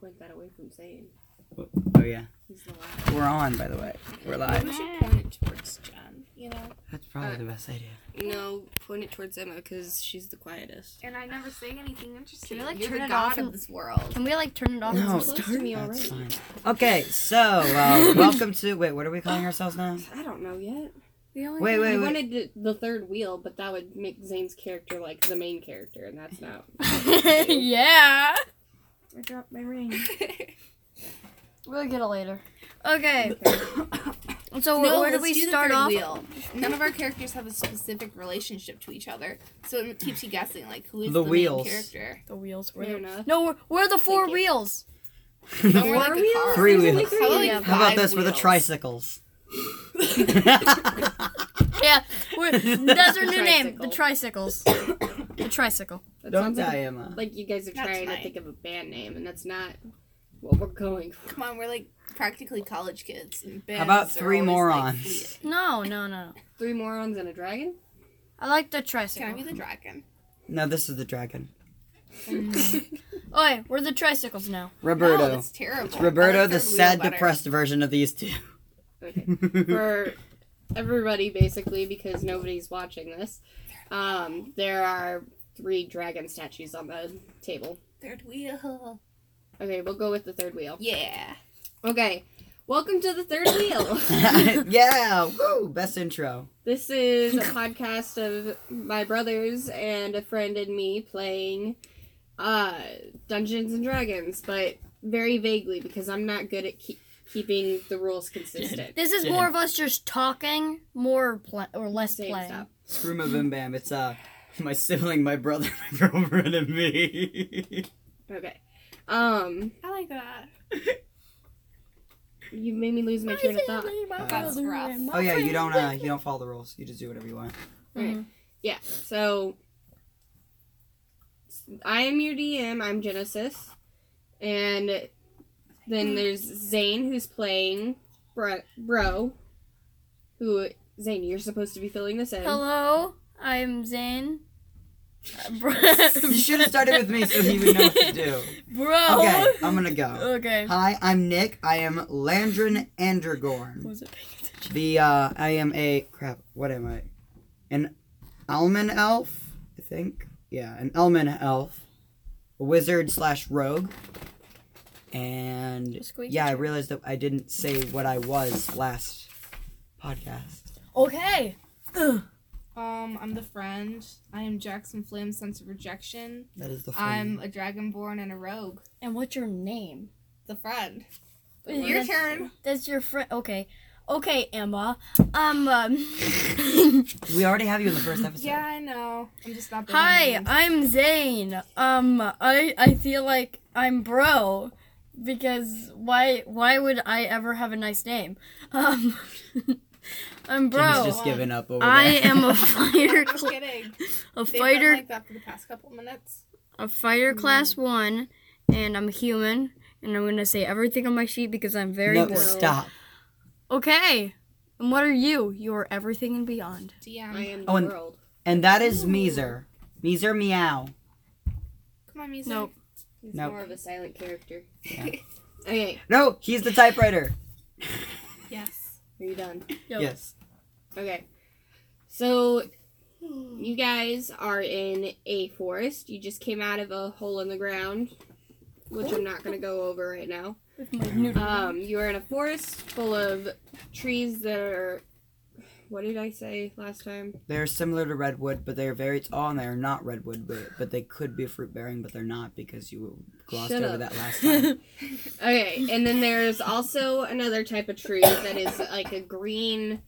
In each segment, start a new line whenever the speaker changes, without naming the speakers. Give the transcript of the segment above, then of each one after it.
point that away from Zane.
Oh yeah,
He's the last.
we're on by the way. We're
We
live.
should point it towards Jen, you know?
That's probably the best idea.
No, point it towards Emma because she's the quietest.
And I never say anything
Can
interesting.
we, like,
You're
turn
the
it
god
off
of
and-
this world.
Can we like turn it off?
No,
close to me
Oh, that's
already.
fine. Okay, so uh, welcome to wait. What are we calling ourselves now?
I don't know yet.
We only
Wait,
We
wait, wait.
wanted the- the third wheel, but that would make Zane's character like the main character, and that's not.
yeah.
I dropped my ring.
We'll get it later.
Okay.
So
No,
where do
let's
we
do the
start
third
off?
Wheel. None of our characters have a specific relationship to each other, so it keeps you guessing. Like who is
The
the,
wheels.
main character?
The wheels.
Fair enough.
No, we're, we're the four
you.
wheels.
Don't worry, like a car.
Three
There's only
wheels.
three.
How about, like,
Yeah.
How about
five
this with the
wheels?
tricycles?
Yeah, we're, that's our new name. The
Tricycle.
tricycles. the tricycle.
That
Don't
sounds like,
die, Emma.
like you guys are
That's
trying to
fine.
think of a band name, and that's not what we're going for.
Come on, we're like practically college kids. And
How about
bands are
three
always, like,
morons?
fleeting.
No, no, no.
Three morons and a dragon.
I like the
Can I
tricycle.
be the dragon?
No, this is the dragon.
Oh, yeah, we're the tricycles now.
Roberto.
No, that's terrible. I like
Roberto,
third
the
wheel
sad,
better.
depressed version of these two.
Okay. for everybody basically because nobody's watching this. Um, there are three dragon statues on the table.
Third wheel.
Okay, we'll go with the third wheel.
Yeah.
Okay, welcome to the third wheel.
yeah, woo, best intro.
this is a podcast of my brothers and a friend and me playing uh, Dungeons and Dragons, but very vaguely because I'm not good at keep keeping the rules consistent.
This is
Yeah.
more of us just talking, more pla- or less
Same
playing.
stuff.
Screw my bim bam. It's uh, my sibling, my brother, my girlfriend, and me.
Okay. Um,
I like that.
you made me lose my train of thought.
That's rough.
oh yeah, you don't uh, you don't follow the rules. You just do whatever you want.
Mm-hmm.
Right. Yeah. So I am your DM. I'm Genesis, and then there's Zane who's playing Bro. Bro who Zane, you're supposed to be filling this in.
Hello, I'm Zane. Uh, bro.
You should have started with me so he would know what to do.
Bro.
Okay, I'm gonna go.
Oh. Okay.
Hi, I'm Nick. I am Landrin Andergorn.
Was it paying attention?
The uh, I am a crap. What am I? An almond elf, I think. Yeah, an almond elf, a wizard slash rogue. And
Squeaky
yeah, I realized that I didn't say what I was last podcast.
Okay.
Um, I'm the friend. I am Jackson Flim's sense of rejection.
That is the
I'm a dragonborn and a rogue.
And what's your name?
The friend.
Wait,
Your
that's-
turn.
That's your friend. Okay. Okay, Emma. Um. um
We already have you in the first episode.
Yeah, I know. I'm just not.
Hi,
remembering.
I'm Zane. Um, I I feel like I'm bro because why why would I ever have a nice name? Um, I'm
Jim's
bro.
just giving up over
I
there.
am a fighter,
I'm
cl-
kidding.
a
They've
fighter,
been like Mm-hmm. that for the past couple minutes.
a fighter class one, and I'm human. And I'm gonna say everything on my sheet because I'm very
no,
bored.
stop.
Okay. And what are you? You are everything and beyond.
DM.
I am the
Oh, and-
world.
And that is Meezer. Meezer meow.
Come on, music.
Nope.
He's
Nope.
more of a silent character.
Yeah.
okay,
No, he's the typewriter.
Yes.
are you done?
Yep.
Yes.
Okay. So you guys are in a forest. You just came out of a hole in the ground, which I'm not gonna go over right now.
With my noodle.
Um, you are in a forest full of trees that are. What did I say last time?
They're similar to redwood, but they're very tall and they're not redwood, but, but they could be fruit bearing, but they're not because you glossed
Shut
over
up.
that last time.
Okay, and then there's also another type of tree that is like a green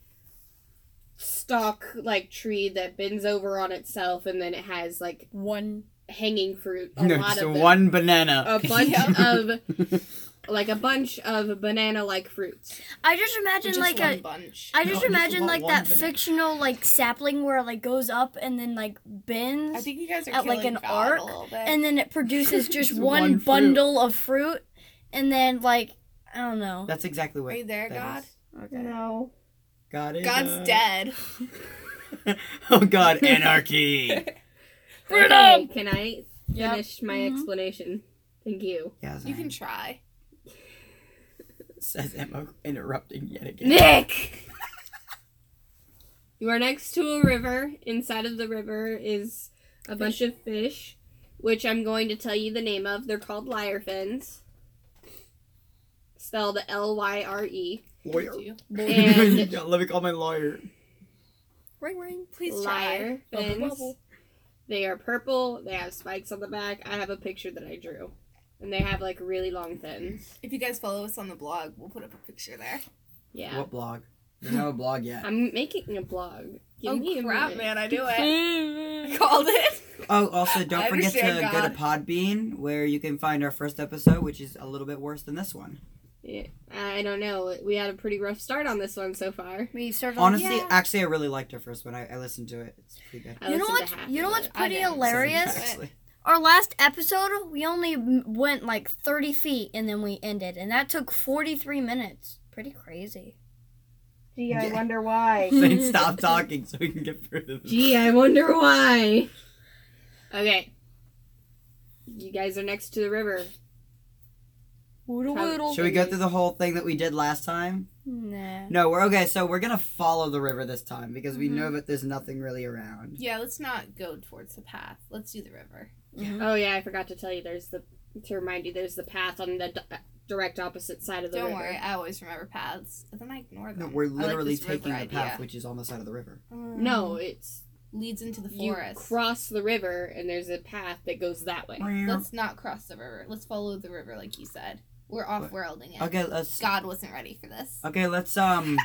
stalk like tree that bends over on itself and then it has like
One.
hanging fruit a
no,
lot
just
of them.
one banana.
a bunch of like a bunch of banana like fruits
I just imagine
Just
like
one
a.
bunch.
I just
No, you
imagine
want
like
one
that
banana.
fictional like sapling where it like goes up and then like bends
I think you guys are
At,
killing
like, an
Valid
arc,
a little bit.
and then it produces just
Just
one,
one fruit.
bundle of fruit and then like I don't know.
That's exactly what.
Are you there,
that
God?
is.
Okay.
no
God is
God's
up.
dead.
oh God, anarchy.
okay, can i
Yep.
finish my
Mhm.
explanation Thank you.
Yeah,
You
Zane.
can try.
says Emma, interrupting yet again.
Nick! you are next to a river. Inside of the river is a bunch of fish, which I'm going to tell you the name of. They're called lyre fins. Spelled L Y R E.
Lawyer.
Do you?
And-
Yeah, Let me call my lawyer.
Ring ring.
Please try.
Lyre
Bubble,
fins.
bubble.
They are purple. They have spikes on the back. I have a picture that I drew. And they have like really long fins.
If you guys follow us on the blog, we'll put up a picture there.
Yeah.
What blog? You don't have a blog yet.
I'm making a blog.
Oh,
Give me a minute.
I knew I called it.
Oh, also don't
I
forget to
understand,
go to Podbean where you can find our first episode, which is a little bit worse than this one.
Yeah, I don't know. We had a pretty rough start on this one so far.
We started. on-
Honestly,
Oh, yeah.
actually, I really liked our first one. I, I listened to it. It's pretty good.
I
You know
listened to
what's
half
you know
of
what's
it.
pretty
I didn't.
hilarious?
Actually.
Our last episode, we only m- went like 30 feet and then we ended, and that took 43 minutes. Pretty crazy.
Gee,
I Yeah.
wonder why.
Zane, stop talking so we can get through this.
Gee, I wonder why. Okay. You guys are next to the river.
Woodle
How-
woodle.
Should we go through the whole thing that we did last time?
Nah.
No, we're okay. So we're gonna follow the river this time because we
Mhm.
know that there's nothing really around.
Mm-hmm. Yeah, let's not go towards the path. Let's do the river.
Mhm.
Oh yeah, I forgot to tell you. There's the to remind you. There's the path on the d- direct opposite side of the
Don't
river.
worry, I always remember paths, but then I ignore
No,
them.
we're
I like
literally
this river
taking the path,
idea. Um,
which is almost out of the river.
No, it's
leads into the
you
forest. Oh
cross the river and there's a path that goes that way.
Let's not cross the river. Let's follow the river, like you said. We're off worlding it.
Okay, let's.
God wasn't ready for this.
Okay, let's um.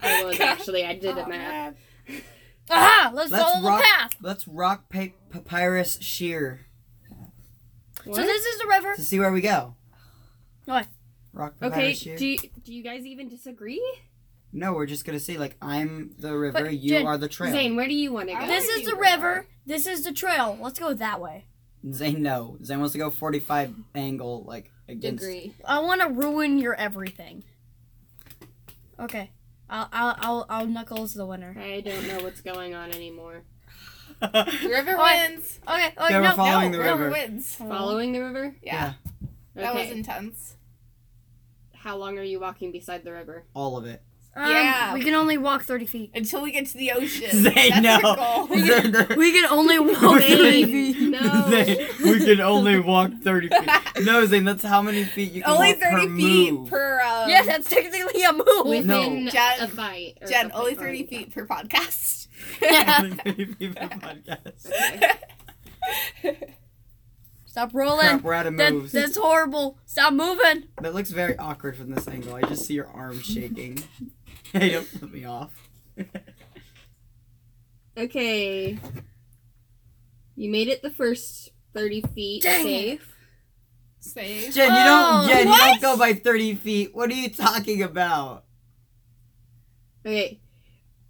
I was actually I did
Aw,
a map.
Oh, man.
Aha! Let's,
Let's
follow
rock-
the path.
Let's rock pa- papyrus shear
So
What?
this is the river.
to see where we go.
What?
Rock
Okay,
papyrus shear.
do you, do you guys even disagree?
no, we're just gonna see. Like I'm the river,
But,
you
Jen-
are the trail. Zane.
Zane, where do you want to
I
go?
This
wanna
is
do
the
river.
river. This is the trail. Let's go that way.
no. Zane wants to go 45 angle like against.
Degree.
I want to ruin your everything. Okay. I'll I'll I'll, I'll knuckles the winner.
I don't know what's going on anymore.
The river
Alright.
wins.
Okay. Oh
Yeah, we're
no. Oh.
following-
no,
the
river
river.
wins.
Following the river?
Yeah,
Okay.
Oh. that was intense.
How long are you walking beside the river?
All of it.
Um,
Yeah.
We can only walk 30 feet.
Until we get to the ocean.
Zane,
That's
no.
our goal.
Zane,
We can only walk 30 feet.
No.
we can only walk 30 feet. No, Zane, that's how many feet you can
only
walk per
30 feet
move.
per um,
Yeah, that's technically a move.
Within
No.
Jen-
a bite. or
Jen,
something.
only
Oh,
30
okay.
feet per podcast.
Only 30 feet per podcast. Crap,
Stop rolling.
we're out of
That,
moves.
that's horrible. Stop moving.
That looks very awkward from this angle. I just see your arm shaking. hey, don't put me off.
Okay. You made it the first 30 feet
Dang it.
safe.
Save.
Jen, you
Oh,
don't. Jen, you
what?
don't go by 30 feet. What are you talking about?
Okay.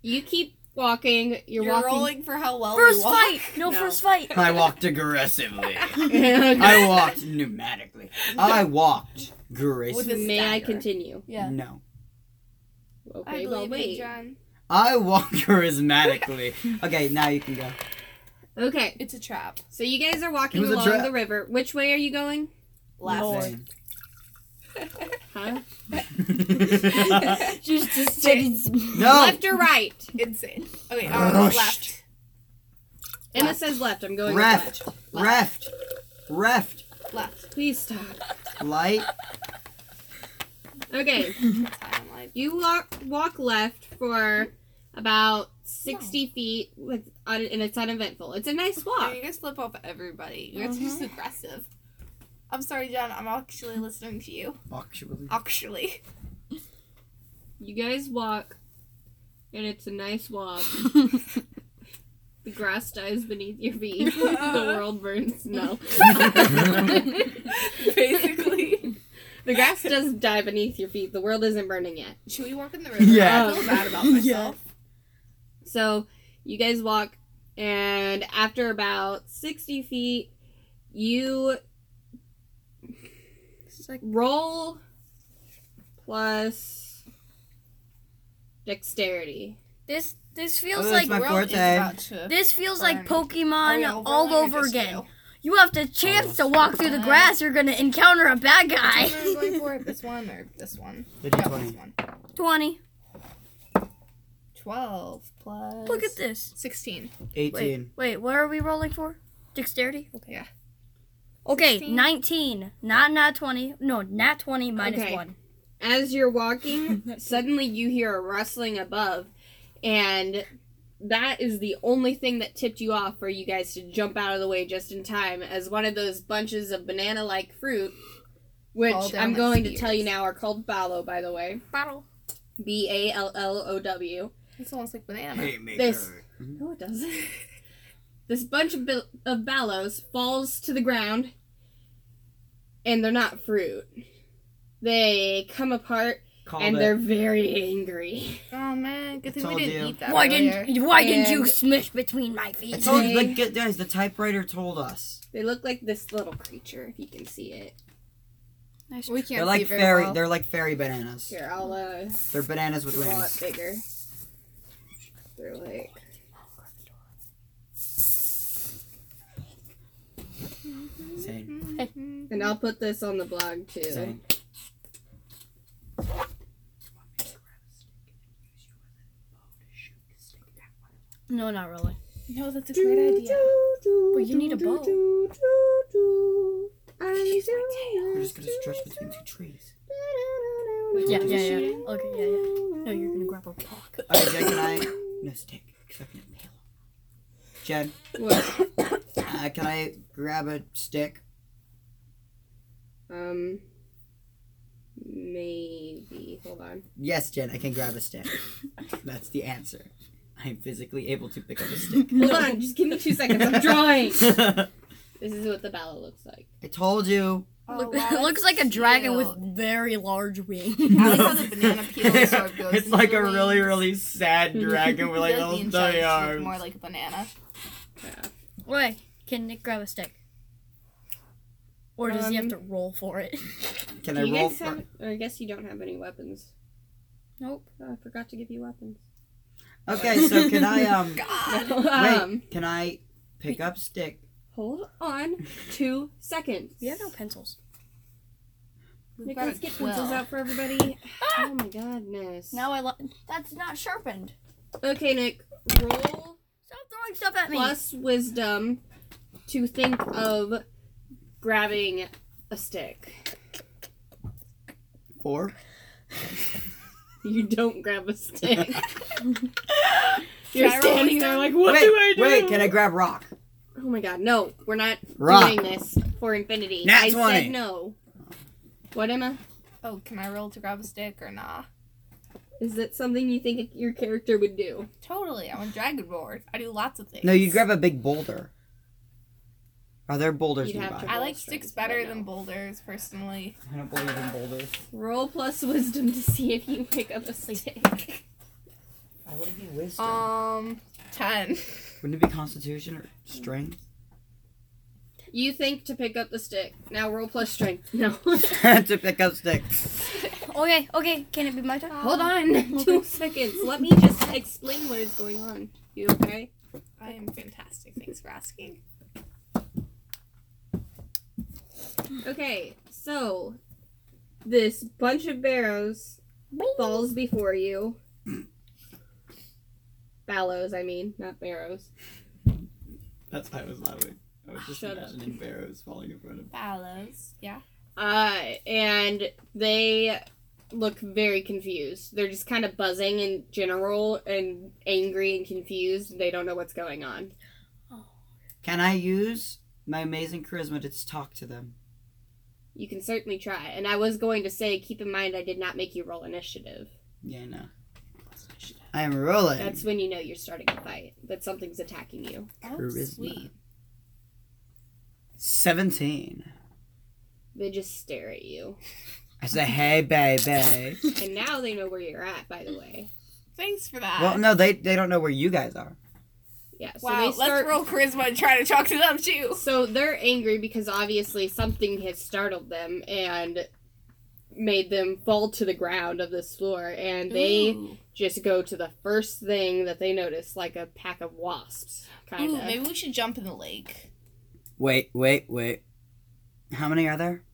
You keep walking. You're,
You're
walking.
rolling for how well
First
we Oh, walk.
fight. No,
No.
first fight.
I walked aggressively.
Okay.
I walked pneumatically. I walked gracefully.
With
May I
Stagger.
continue?
Yeah.
No.
Okay,
I
well,
believe
wait.
you, Jen.
I walk charismatically. okay, now you can go.
Okay,
It's a trap.
so you guys are
It
walking
was a
along
trap.
the river. Which way are you going?
Last
Lord.
Zane.
Huh?
Just just
no.
Left or right?
Insane. Okay, um, left.
Rushed.
Emma says left. I'm going with left.
Reft. Reft. Reft.
Left.
Please stop.
Light.
Okay,
That's how I'm like.
you walk walk left for about sixty feet with on, and it's uneventful. It's a nice
No,
walk.
you guys flip off everybody. You guys are just aggressive. I'm sorry, Jen. I'm actually listening to you.
Actually.
Actually.
You guys walk, and it's a nice walk. The grass dies beneath your feet. the world burns. No,
Basically.
the grass does die beneath your feet. The world isn't burning yet.
Should we walk in the river?
Yeah.
I feel bad about myself.
So you guys walk, and after about 60 feet, you roll plus dexterity.
This this feels
Oh, that's
like
my
World is
forte.
about to
this feels like
burn. Are we
Pokemon
overrolling
all
or
over
just
again.
you?
You have to chance
Oh,
to walk through the grass. You're gonna encounter a bad guy.
Which one am I going for? This one or this one?
The
No, this
d20.
one.
Twenty.
12 plus.
Look at this.
16.
18.
Wait, wait. What are we rolling for? Dexterity.
Okay. Yeah.
Okay,
16?
nineteen. Not not twenty. No, not twenty minus
Okay.
one.
As you're walking, suddenly you hear a rustling above, and that is the only thing that tipped you off for you guys to jump out of the way just in time as one of those bunches of banana like fruit,
Fall
which
down
I'm
like
going to
spears.
tell you now are called ballo, by the way.
Bottle.
B A L L O W.
It's almost like banana.
Hey, maker.
This- No, it doesn't. this bunch of, bil- of ballows falls to the ground, and they're not fruit. They come apart,
Called
and
it.
they're very angry.
Oh man, good thing
Told
we didn't
you.
eat that.
why
earlier.
didn't Why didn't you
And-
smash between my feet?
I told
Okay.
like get- guys, the typewriter told us.
They look like this little creature, if you can see it.
Nice.
We can't
They're like
see very
fairy.
well.
They're like fairy bananas.
Here, I'll uh,
They're bananas with
draw it
wings.
bigger. They're like.
Insane.
And I'll put this on the blog too.
Insane.
No, not really.
No, that's a great idea.
But you need a bow.
We're just gonna stretch between two trees.
Yeah, yeah, yeah. Okay, yeah, yeah. No, you're gonna grab a rock.
Alright, Jen, can I? No stick. 'cause I can impale. Jen,
What?
uh, can I grab a stick?
Um. Maybe. Hold on.
Yes, Jen, I can grab a stick. That's the answer. I'm physically able to pick up a stick.
Hold on. Just give me two seconds. I'm drawing.
I
This is what the ballot looks like.
told you.
Oh,
Look,
wow,
it looks like a
that's
dragon
cute.
with very large wings.
I like how the banana peel sort of goes
it's
into
like
the
a really,
wings.
really sad dragon with like
Does
little
the
tiny
insides look
arms.
More like a banana.
Wait, can Nick grab a stick? Or does he have
Um,
to roll for it?
Can
Do
I
you
roll
guys
for?
have? Or I guess you don't have any weapons.
Nope.
Oh, I forgot to give you weapons.
Okay, so can I um?
God.
um.
Wait, can I pick up stick?
Hold on. Two seconds.
We have no pencils.
Nick,
got
let's
a
get
12.
pencils out for everybody. Oh my goodness.
Now I lo- that's not sharpened.
Okay, Nick. Roll
Stop throwing stuff at me.
plus wisdom to think of grabbing a stick.
Four.
You don't grab a stick.
Should I
You're
roll
standing there like, what
wait,
do I do?
wait, can I grab rock?
Oh my god, no. We're not
Rock.
doing this for infinity.
Nat
I
20.
said no. What, Emma?
Oh, can I roll to grab a stick or nah?
Is that something you think your character would do?
Totally. I'm a dragon board. I do lots of things.
No, you'd grab a big boulder. Are there boulders
You'd have
nearby?
to
I
roll
like
strength,
sticks better
but no.
than boulders, personally.
I don't believe in boulders.
Roll plus wisdom to see if you pick up a stick.
Why would it be wisdom?
Um, ten.
Wouldn't it be constitution or strength?
You think to pick up the stick. Now roll plus strength. No.
to pick up stick.
Okay, okay. Can it be my turn?
Um, Hold on. Two seconds. Let me just explain what is going on. You okay?
I am fantastic. Thanks for asking.
Okay, so this bunch of barrows falls before you. Ballows, I mean, not barrows.
That's why I was laughing. I was
just Shut up. imagining
barrows falling in front of
Ballas. Yeah.
Uh, and they look very confused. They're just kind of buzzing in general and angry and confused. They don't know what's going on.
Can I use my amazing charisma to s- talk to them?
You can certainly try. And I was going to say, keep in mind, I did not make you roll initiative.
Yeah, no. I am rolling.
That's when you know you're starting a fight, that something's attacking you.
Oh,
Charisma.
sweet.
17.
They just stare at you.
I say, hey, baby.
And now they know where you're at, by the way.
Thanks for that.
well, no, they, they don't know where you guys are.
Yeah, so
wow.
they start.
Let's roll charisma and try to talk to them too.
So they're angry because obviously something has startled them and made them fall to the ground of this floor, and they
Ooh.
just go to the first thing that they notice, like a pack of wasps, kind
Ooh,
of.
maybe we should jump in the lake.
Wait, wait, wait. How many are there?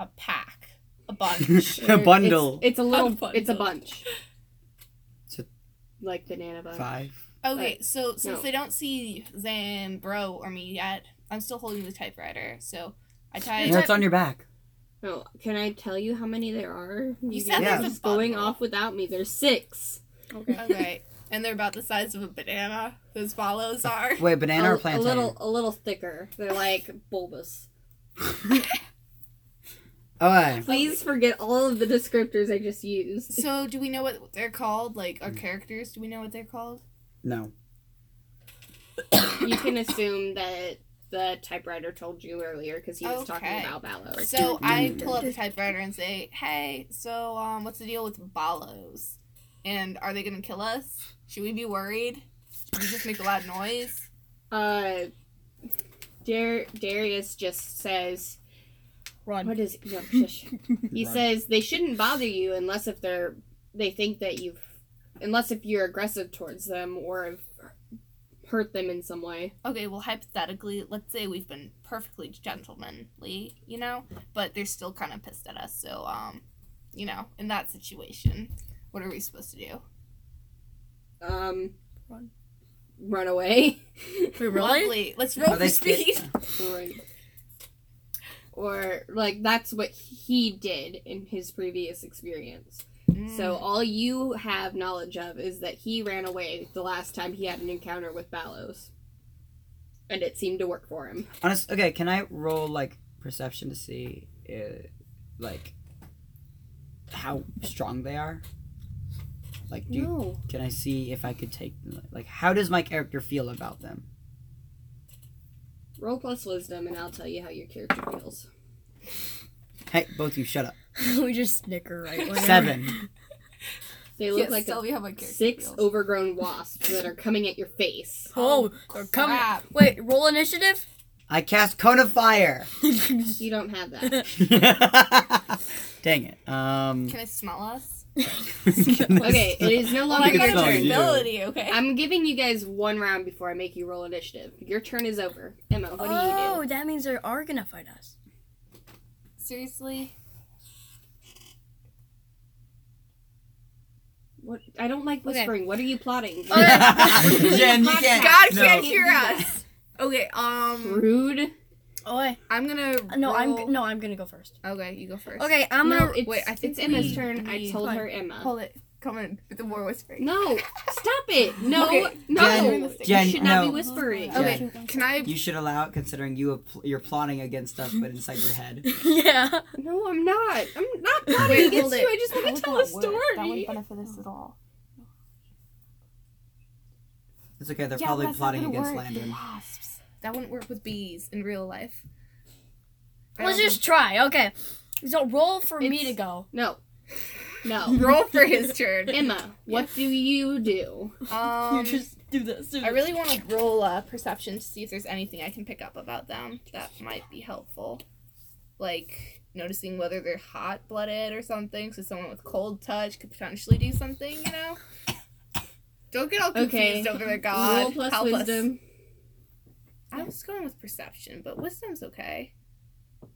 A pack. A bunch.
a bundle.
It's, it's a little.
A bundle.
It's a bunch.
It's a-
like banana bunch.
Five.
Okay, so since
no.
they don't see Zan, Bro, or me yet, I'm still holding the typewriter. So I
No,
type.
it's on your back.
No, can I tell you how many there are?
You said
Yeah.
there's a
just going
bundle.
off without me. There's six. Uh,
Okay.
Okay, and they're about the size of a banana. Those follows are.
Wait, banana
a,
or
a
plantain?
little, a little thicker. They're like bulbous.
Okay.
Please forget all of the descriptors I just used.
So do we know what they're called? Like
Mm.
our characters? Do we know what they're called?
No.
you can assume that the typewriter told you earlier because he was
Okay.
talking about Ballo.
So I pull up the typewriter and say, "Hey, so um, what's the deal with Balos? And are they gonna kill us? Should we be worried? Should we just make a loud noise?"
Uh, Dar- Darius just says, "What
Run.
is no shush." He
Right.
says they shouldn't bother you unless if they're they think that you've unless if you're aggressive towards them or have hurt them in some way.
Okay, well, hypothetically, let's say we've been perfectly gentlemanly, you know, but they're still kind of pissed at us. So, um, you know, in that situation, what are we supposed to do?
Um,
Run.
run away,
Wait, really?
Lovely. Let's roll
Are
for
Oh, they
speed.
right? Or like that's what he did in his previous experience.
Mm.
So all you have knowledge of is that he ran away the last time he had an encounter with Ballos. And it seemed to work for him.
Honest. Okay. Can I roll like perception to see, uh, like, how strong they are? Like, do you,
No.
can I see if I could take like how does my character feel about them?
Roll plus wisdom and I'll tell you how your character feels.
Hey, both you, shut up.
we just snicker right whenever-
Seven.
They
Yes,
look like
tell
a
me how my character
six
feels.
overgrown wasps that are coming at your face.
Oh, they're coming.
crap.
Wait, roll initiative?
I cast cone of fire.
Oh, You don't have that.
Dang it. Um.
Can I smell us?
Okay, it is no
Well, I
longer
can
your
got
smell
a
turn.
you.
ability, okay?
I'm giving you guys one round before I make you roll initiative. Your turn is over. Emma, what do
oh,
you do?
that means they are gonna fight us.
Seriously?
What I don't like whispering. What are you plotting?
Jen, you can't.
Oh God
no.
can't hear us. Okay, um,
Rude.
Oh,
I'm gonna.
no, I'm
roll-
g- no, I'm gonna go first.
Okay, you go first.
Okay, I'm
no,
gonna.
it's,
wait, I think
it's Emma's
we-
turn. I
we-
told
fine.
her Emma.
Hold it. Come in with the more whispering.
No, stop it. No,
Okay,
no.
Jen,
you
Jen,
should not
no.
be whispering.
Okay.
Can I
You should allow it, considering you have pl- you're plotting against us, but inside your head.
yeah.
No, I'm not. I'm not plotting against you. I just want to tell a story.
benefit us at all.
It's okay. They're probably plotting against Landon.
Wasps. That wouldn't work with bees in real life. Um, I
Let's
don't
just try. Okay. So roll for me
It's-
to go.
No,
know.
no.
roll for his turn.
Emma, what do you do?
Um,
do this.
I really want to roll uh, perception to see if there's anything I can pick up about them that might be helpful, like noticing whether they're hot blooded or something. So someone with cold touch could potentially do something. You know. Don't get all confused
Okay.
over their god.
Roll plus
Help us.
wisdom.
I was going with perception, but wisdom's okay.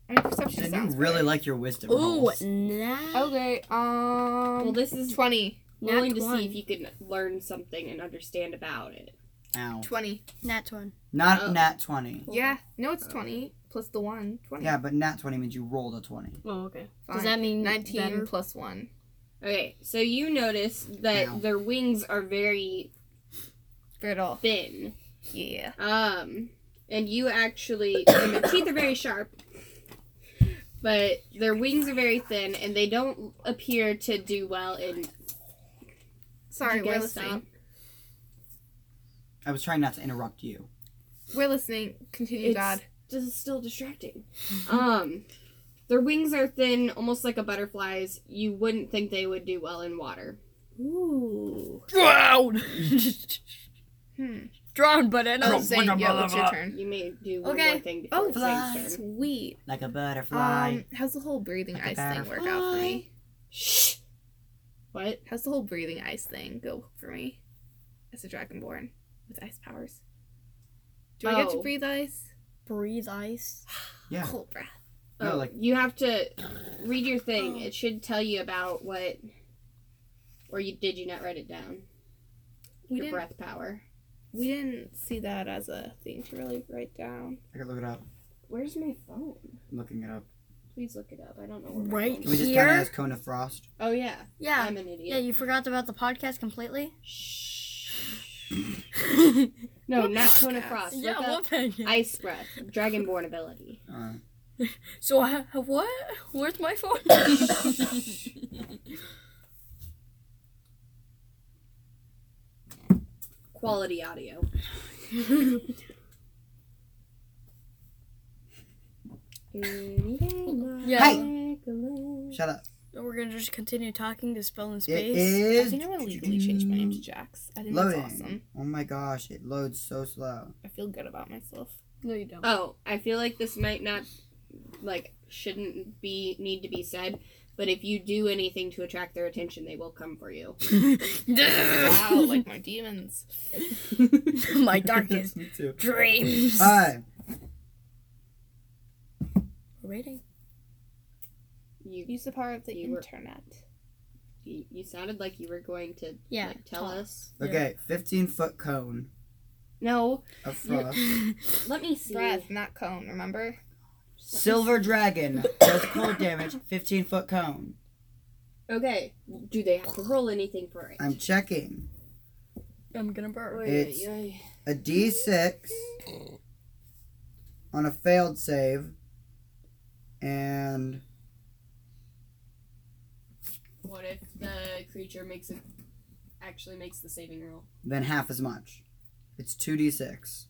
I mean, perception
Jen, you
sounds
really
good.
like your wisdom.
Ooh,
rolls.
now.
Okay, um.
Well, this is
20.
Nat
rolling to
one.
see if you can learn something and understand about it.
Ow.
20.
Nat one.
Not
Oh.
nat twenty.
Yeah, no, it's 20 plus the 1. 20.
Yeah, but nat twenty means you rolled a twenty.
Oh, okay.
Fine.
Does that mean
19
better?
plus 1.
Okay, so you notice that
Ow.
their wings are very
Brittle.
thin.
Yeah.
Um, and you actually, and their teeth are very sharp, but their wings are very thin, and they don't appear to do well in.
Sorry,
You guys
we're listening.
stop.
I was trying not to interrupt you.
We're listening. Continue,
It's
God.
just still distracting. Um, their wings are thin, almost like a butterfly's. You wouldn't think they would do well in water.
Ooh.
Drown.
Hmm.
Drown, but I
Oh,
don't.
Zane, yeah, what's your turn?
You may do one
Okay.
more thing before
Oh,
it's Zane's turn.
Sweet.
Like a butterfly.
Um, how's the whole breathing
Like a
ice thing work out for me?
Shh. What?
How's the whole breathing ice thing go for me? As a dragonborn with ice powers. Do I get to
Oh.
breathe ice?
breathe ice?
Yeah.
Cold breath.
No,
Oh,
like-
you have to read your thing.
Oh.
It should tell you about what, or you did you not write it down?
We
your
didn't,
breath power.
we didn't see that as a thing to really write down.
I could look it up.
Where's my phone?
I'm looking it up.
Please look it up. I don't know where. my
Right
Can
phone
we
is.
just count it
Here?
as Cone of Frost?
Oh yeah.
Yeah.
I'm an
Yeah,
idiot.
you forgot about the podcast completely?
Shh.
yeah,
No,
What
not
podcast?
Cone of Frost. Look up
thing?
Ice breath, dragonborn ability.
Uh,
So I, what? Where's my phone?
Quality audio.
Yeah.
shut up.
We're gonna just continue talking to spell in
It
space.
is.
I think I'm gonna legally change my name to Jax. I think
Loading.
that's awesome.
Oh my gosh, it loads so slow.
I feel good about myself.
No, you don't.
Oh, I feel like this might not, like, shouldn't be need to be said. But if you do anything to attract their attention, they will come for you.
Wow, like my demons.
my darkest
Me too.
dreams.
Uh,
We're waiting.
You
Use the power of the
You were-
internet.
you, you sounded like you were going to
Yeah.
like, tell us.
okay, 15 foot cone
No,
of frost.
let me see.
Breath, not cone. Remember?
Silver dragon does cold damage. 15 foot cone.
Okay, do they have to roll anything for it?
I'm checking.
I'm gonna burp.
It's- A d6 on a failed save. And
What if the creature makes it actually makes the saving roll?
then half as much. It's 2d6.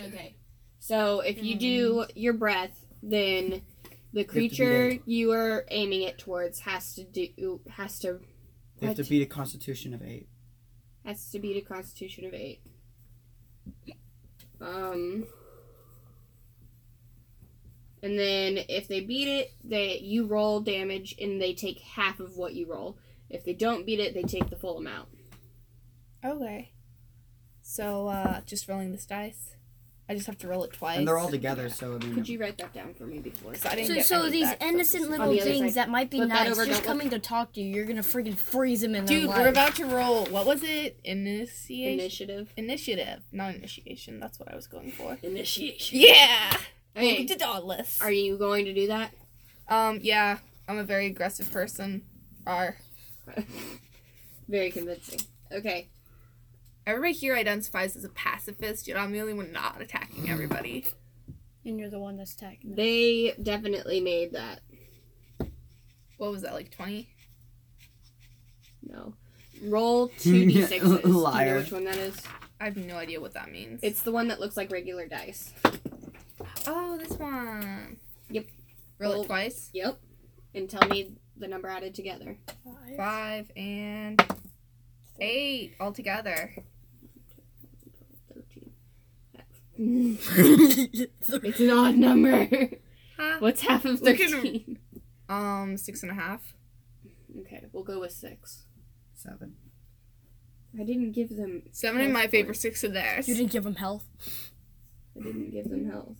Okay. Um, So if you do your breath, then the creature you are aiming it towards has to do has to
They have to
What?
beat a constitution of 8.
has to beat a constitution of eight. Um and then if they beat it, they you roll damage and they take half of what you roll. If they don't beat it, they take the full amount.
Okay. So, uh, just rolling this dice. I just have to roll it twice.
And they're all together, so I mean,
Could you write that down for me before?
'Cause I didn't
So,
get any
so
of
these
that, so this
innocent
is-
little
On the other side.
things that might be
Flip that
nice
over,
just
don't look.
coming to talk to you, you're gonna freaking freeze them in
Dude,
their
we're
life.
about to roll. What was it? Initiation.
Initiative.
Initiative, not initiation. That's what I was going for.
Initiation.
Yeah.
Okay.
did all this.
Are you going to do that?
Um. Yeah. I'm a very aggressive person. Are
Very convincing. Okay.
everybody here identifies as a pacifist? Yet I'm the only one not attacking everybody.
and you're the one that's attacking. them.
They definitely made that.
What was that like? Twenty.
No. Roll two d sixes. Do you know
Liar.
which one that is?
I have no idea what that means.
It's the one that looks like regular dice.
oh this one.
Yep.
Roll
Roll.
it twice.
Yep. And tell me the number added together.
Five and eight altogether.
13. Mm,
Five.
It's an odd number.
Huh?
What's half of
Look at him.
13?
Um, six and a half.
Okay, we'll go with 6.
7.
I didn't give them
Seven in my favor, six in theirs.
you didn't give them health.
I didn't give them health.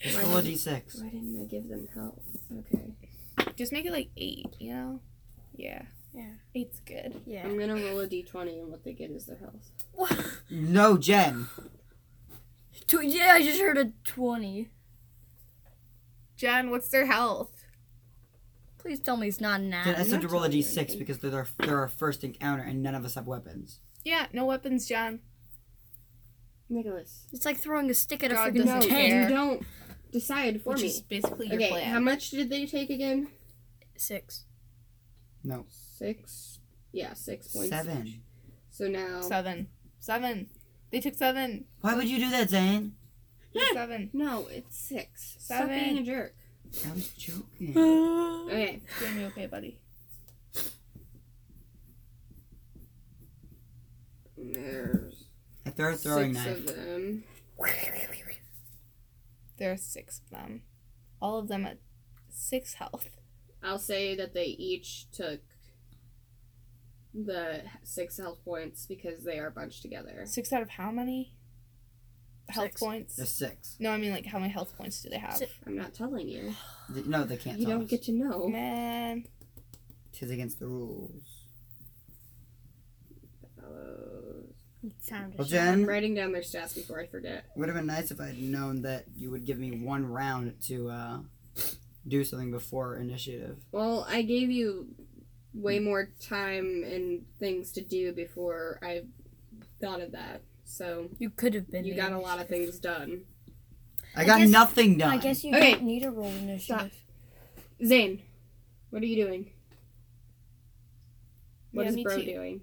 It's
Why
still a
did-
d6.
Why didn't I give them health? Okay.
Just make it like eight, you know? Yeah.
Yeah.
Eight's good.
Yeah.
I'm gonna roll a d20 and what they get is their health.
No, Jen.
Tw- yeah, I just heard a 20.
Jen, what's their health?
Please tell me it's not an
Jen, I
app.
said
not
to roll a
telling you
d6
anything.
because they're our, they're our first encounter and none of us have weapons.
Yeah, no weapons, Jen.
Nicholas.
It's like throwing a stick at a
God
No,
freaking
doesn't
tank.
care.
you don't decide for
Which
me.
is basically your
Okay,
plan.
how much did they take again?
Six.
No.
Six. Yeah, six points.
7.
So now.
seven. Seven. They took seven.
Why would you do that, Zane?
Ah!
Took seven.
No, it's six. Stop
Seven.
being a jerk.
I was joking.
Okay.
Doing me okay, buddy.
There's
If they're a throwing
six
knife.
of them.
There are six of them. All of them at six health.
I'll say that they each took the six health points because they are bunched together.
Six out of how many? health
Six.
points?
There's six.
No, I mean like how many health points do they have?
Six.
I'm not telling you.
Th- No, they can't.
You
tell
don't
us.
get to know.
Man,
Tis against the rules.
Uh,
Sound
Well,
I'm
Jen,
writing down their stats before I forget.
would have been nice if I had known that you would give me one round to uh, do something before initiative.
Well, I gave you way more time and things to do before I thought of that. So
You could have been.
you got a lot of things done.
I
I
got
guess-
nothing done.
I guess you
Okay.
don't need a roll initiative.
Stop. Zane, what are you doing? What
Yeah,
is
me
Bro
too.
doing?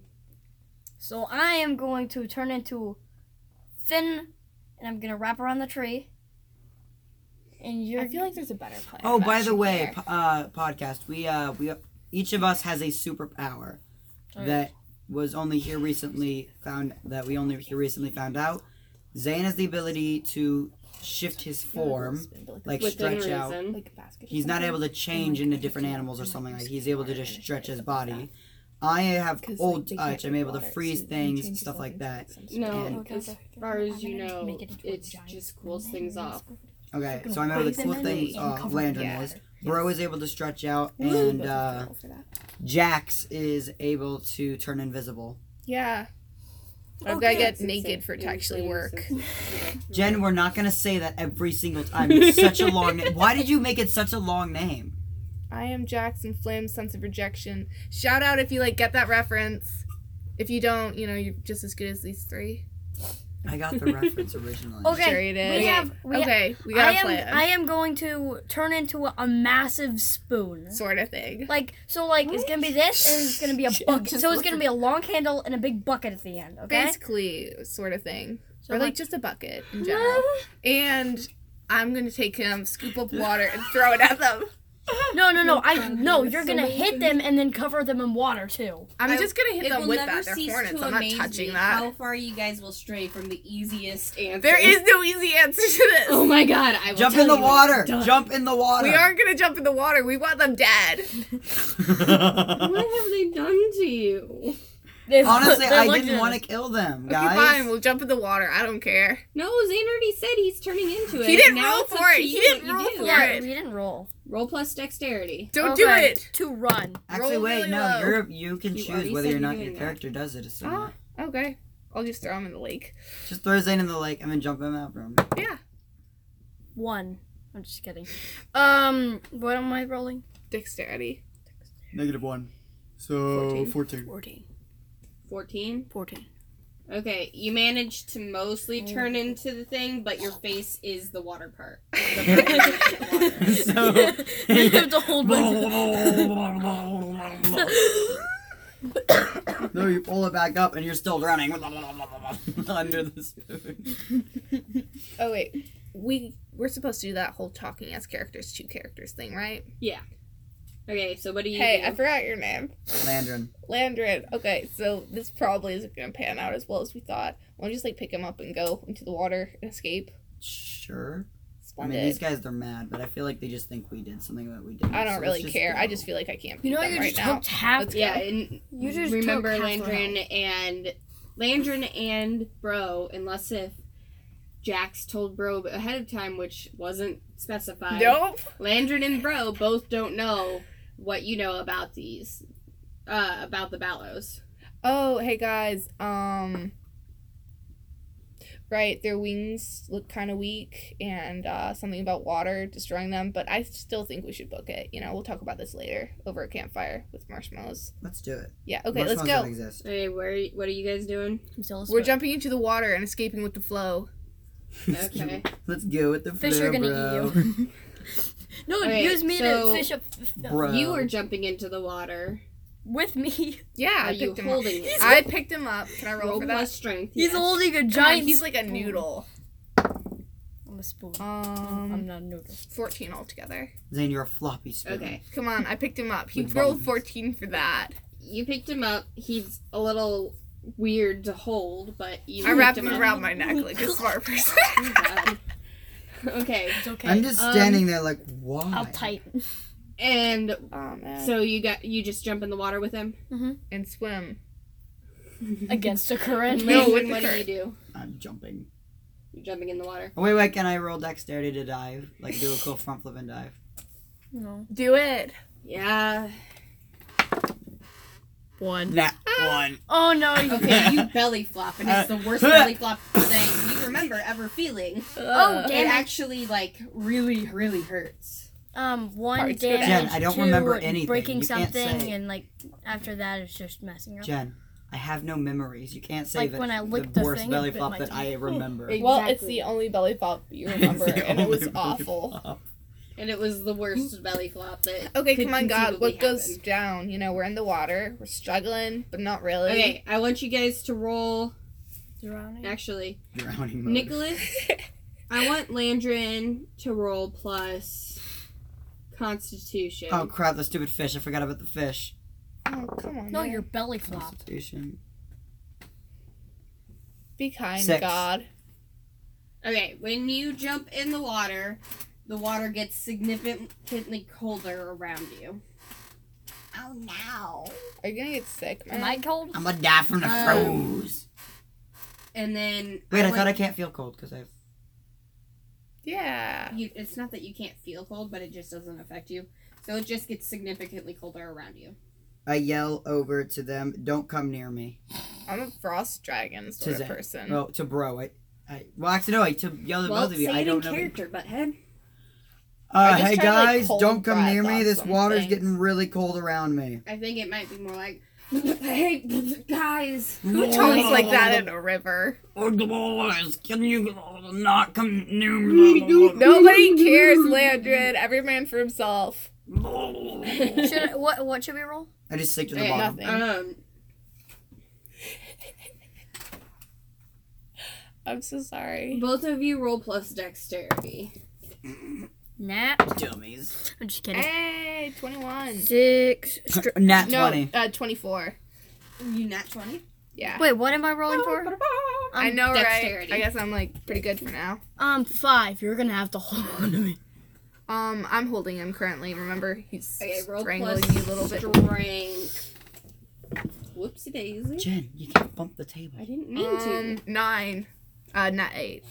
So I am going to turn into Finn, and I'm gonna wrap around the tree. And you're
I feel like there's a better plan.
Oh,
of
by the
action
way,
here.
po- uh, podcast. We uh, we each of us has a superpower
Oh,
Alright.
that was only here recently found that we only here recently found out. Zane has the ability to shift his form, like
Within
stretch out.
reason.
like a basket. or
He's not
something.
able to change into different animals or something like. He's able to just stretch his body. I have
Because, like,
old
they can't
touch. I'm able to
water,
freeze
so it
things,
changes
stuff
all
like
these
that.
things.
Oh,
No,
Oh,
And-
as far as you know, it just cools things off.
Okay,
Freaking
so I'm able to
freeze
cool
them in
things
and
off.
cover them.
Landrin
Yeah.
is. Bro is able to stretch out,
Ooh,
and
both have
uh,
to roll for that.
Jax is able to turn invisible.
yeah,
Oh,
I've got to get
It's insane.
naked for it to actually
Insane.
work.
Jen, we're not gonna say that every single time. It's such a long name. Why did you make it such a long name?
I am Jackson Flame's sense of rejection. Shout out if you like get that reference. If you don't, you know you're just as good as these three.
I got the reference originally.
Okay,
Sure it is.
we have. We
okay, we
I
gotta
am.
play it.
I am going to turn into a massive spoon.
sort of thing.
Like so, like it's gonna be this, and it's gonna be a
Yeah,
bucket.
just
So it's
look
gonna be a long handle and a big bucket at the end. Okay.
Basically, sort of thing,
So
or like just a bucket in general. And I'm gonna take him, scoop up water, and throw it at them.
No, no, no. I no.
there's
You're
so
gonna
many
hit them and then cover them in water too.
I'm
I-
just gonna hit
It
them
will
with
never
that. They're
cease
hornets.
to
I'm not
amaze
touching
me
that.
How far you guys will stray from the easiest answer.
There is no easy answer to this.
Oh my god, I will
Jump
tell
in the
you when it's
water.
done.
Jump in the water.
we aren't gonna jump in the water. We want them dead.
What have they done to you?
They-
Honestly,
they
I
looked
didn't
at
want to
us.
kill them,
Okay,
guys.
fine. We'll jump in the water. I don't care.
No, Zane already said he's turning into it.
He didn't
Now
roll
it's up
for
to
it. He
you
didn't
what you
roll
do.
for
Yeah,
it.
we didn't roll.
Roll plus dexterity.
Don't do
Okay,
it.
To run.
Actually,
Roll
wait,
really
no.
low.
You're, you can
You
choose
already
whether
said
or
you're
not your
doing that.
character does it. It's
Ah.
still not.
Okay. I'll just throw him in the lake.
Just throw Zane in the lake and then jump him out from.
Yeah.
One. I'm just kidding. Um, what am I rolling?
Dexterity.
Negative one. So
14.
14.
14.
14.
14.
Okay, you managed to mostly
Oh.
turn into the thing, but your face is the water part. The part that's water.
so,
you have to hold my.
no, you pull it back up and you're still drowning under the spoon.
Oh wait. We we're supposed to do that whole talking as characters, two characters thing, right?
Okay, so what do you
Hey,
do?
I forgot your name.
Landrin.
Landrin. Okay, so this probably isn't gonna pan out as well as we thought. Why don't you just like pick him up and go into the water and escape?
Sure. I
Splendid.
mean,
I,
these guys, they're mad, but I feel like they they just think we did something that we didn't. so
don't
let's
really
just
care. I
go.
just feel like I can't.
You know,
beat them
you
right
just
now.
helped half.
Let's-
yeah, and
You just
remember
took half the
Landrin and Landrin and Bro, unless if Jax told Bro ahead of time, which wasn't specified.
Nope.
Landrin and Bro both don't know what you know about these, uh, about the Ballos.
Oh, hey guys. Um Right, their wings look kind of weak and uh, something about water destroying them, but I still think we should book it. You know, we'll talk about this later over a campfire with marshmallows.
Let's do it.
Yeah, okay, let's
Marshmallows don't
go.
exist.
Hey, where? What are you guys doing?
I'm still a
We're
spoon.
jumping into the water and escaping with the flow.
Okay.
Let's go with the
Fish
flow,
are gonna
bro.
eat you. no,
Okay,
use me
so-
to fish up.
Bro.
You were jumping into the water.
With me.
Yeah,
Are
I
you
picked him up.
holding it?
I picked him up. Can I roll,
Roll
for
plus
that?
strength.
He's
yes.
holding a
Come on,
giant.
he's like a
spoon.
noodle.
I'm a spoon. I'm
Um,
not a noodle.
14 altogether.
Zane, you're a floppy spoon.
Okay.
Come on, I picked him up. He
With
rolled
volumes.
14 for that.
You picked him up. He's a little weird to hold, but you.
I wrapped
picked
him
up.
around my neck like a smart person.
Oh, God. okay,
It's okay.
I'm just
um,
standing there like, why?
I'll tighten.
and
Oh man.
so you got you just jump in the water with him.
and swim.
against a current.
No,
Landon,
with the
what do you
current.
do?
I'm jumping.
jumping in the water.
Oh, wait, wait, can I roll dexterity to dive? Like, do a cool front flip and dive?
No.
Do it.
Yeah.
One.
That one.
Oh no. you-
Okay, you belly flop, and
Uh,
it's the worst belly flop thing you remember ever feeling.
Oh
It
damn it.
actually like really, really hurts.
Um, one
Parts go
damage.
Jen, I don't
two,
remember anything.
Breaking
You can't
something
say.
and like after that it's just messing up.
Jen, I have no memories. You can't say
Like
that
when I licked
the
the
worst
thing, it
belly
bit
flop
my
that I remember.
It
Well, it's
Exactly.
the only belly flop you
It's
remember,
the
and it was
only belly
awful.
flop.
And it was the worst belly flop that.
Okay,
could
come on, God,
conceivably
what goes
happen.
down? You know, we're in the water, we're struggling, but not really.
Okay, I want you guys to roll.
Drowning.
Actually,
Drowning mode.
Nicholas, I want Landrin to roll plus Constitution.
Oh crap! The stupid fish. I forgot about the fish.
oh, come on.
No,
man.
your belly flopped.
Constitution.
Be kind,
Six.
God.
Okay, when you jump in the water, the water gets significantly colder around you.
Oh no.
Are you gonna get sick, man?
Am I cold?
I'm gonna die from the
Um,
froze.
And then
Wait, I
want-
thought I can't feel cold because I've.
Yeah.
You, it's not that you can't feel cold, but it just doesn't affect you. So it just gets significantly colder around you.
I yell over to them, "Don't come near me."
I'm a frost dragon sort
Suzanne.
of person.
Oh.
Well, to bro, I, I well, actually no, I to yell at
well,
both of you.
say
I
it in
don't know.
character, butthead.
Uh,
I just
hey
tried, like,
guys,
cold
don't come
breath
near me.
on
This water's
something.
getting really cold around me.
I think it might be more like, hey guys.
Who talks like that in a river?
Boys, can you not come near
Nobody cares, Landrin. Every man for himself.
Should I, what what should we roll?
I just stick to the
Hey,
bottom.
Eh, Nothing.
Um,
I'm so sorry.
both of you roll plus dexterity.
Nat.
Dummies.
I'm just
Eh.
kidding.
Hey, 21.
Six. Str-
Nat
No,
twenty.
uh, 24.
You nat twenty.
Yeah.
Wait, what am I rolling for?
I know,
dexterity.
right? I guess I'm like pretty good for now.
Um, five. You're gonna have to hold on to me.
Um, I'm holding him currently. Remember, he's
Okay, roll
strangling
plus
you a little bit.
strength. Whoopsie daisy.
Jen, you can't bump the table.
I didn't mean
Um, nine, uh, not eight.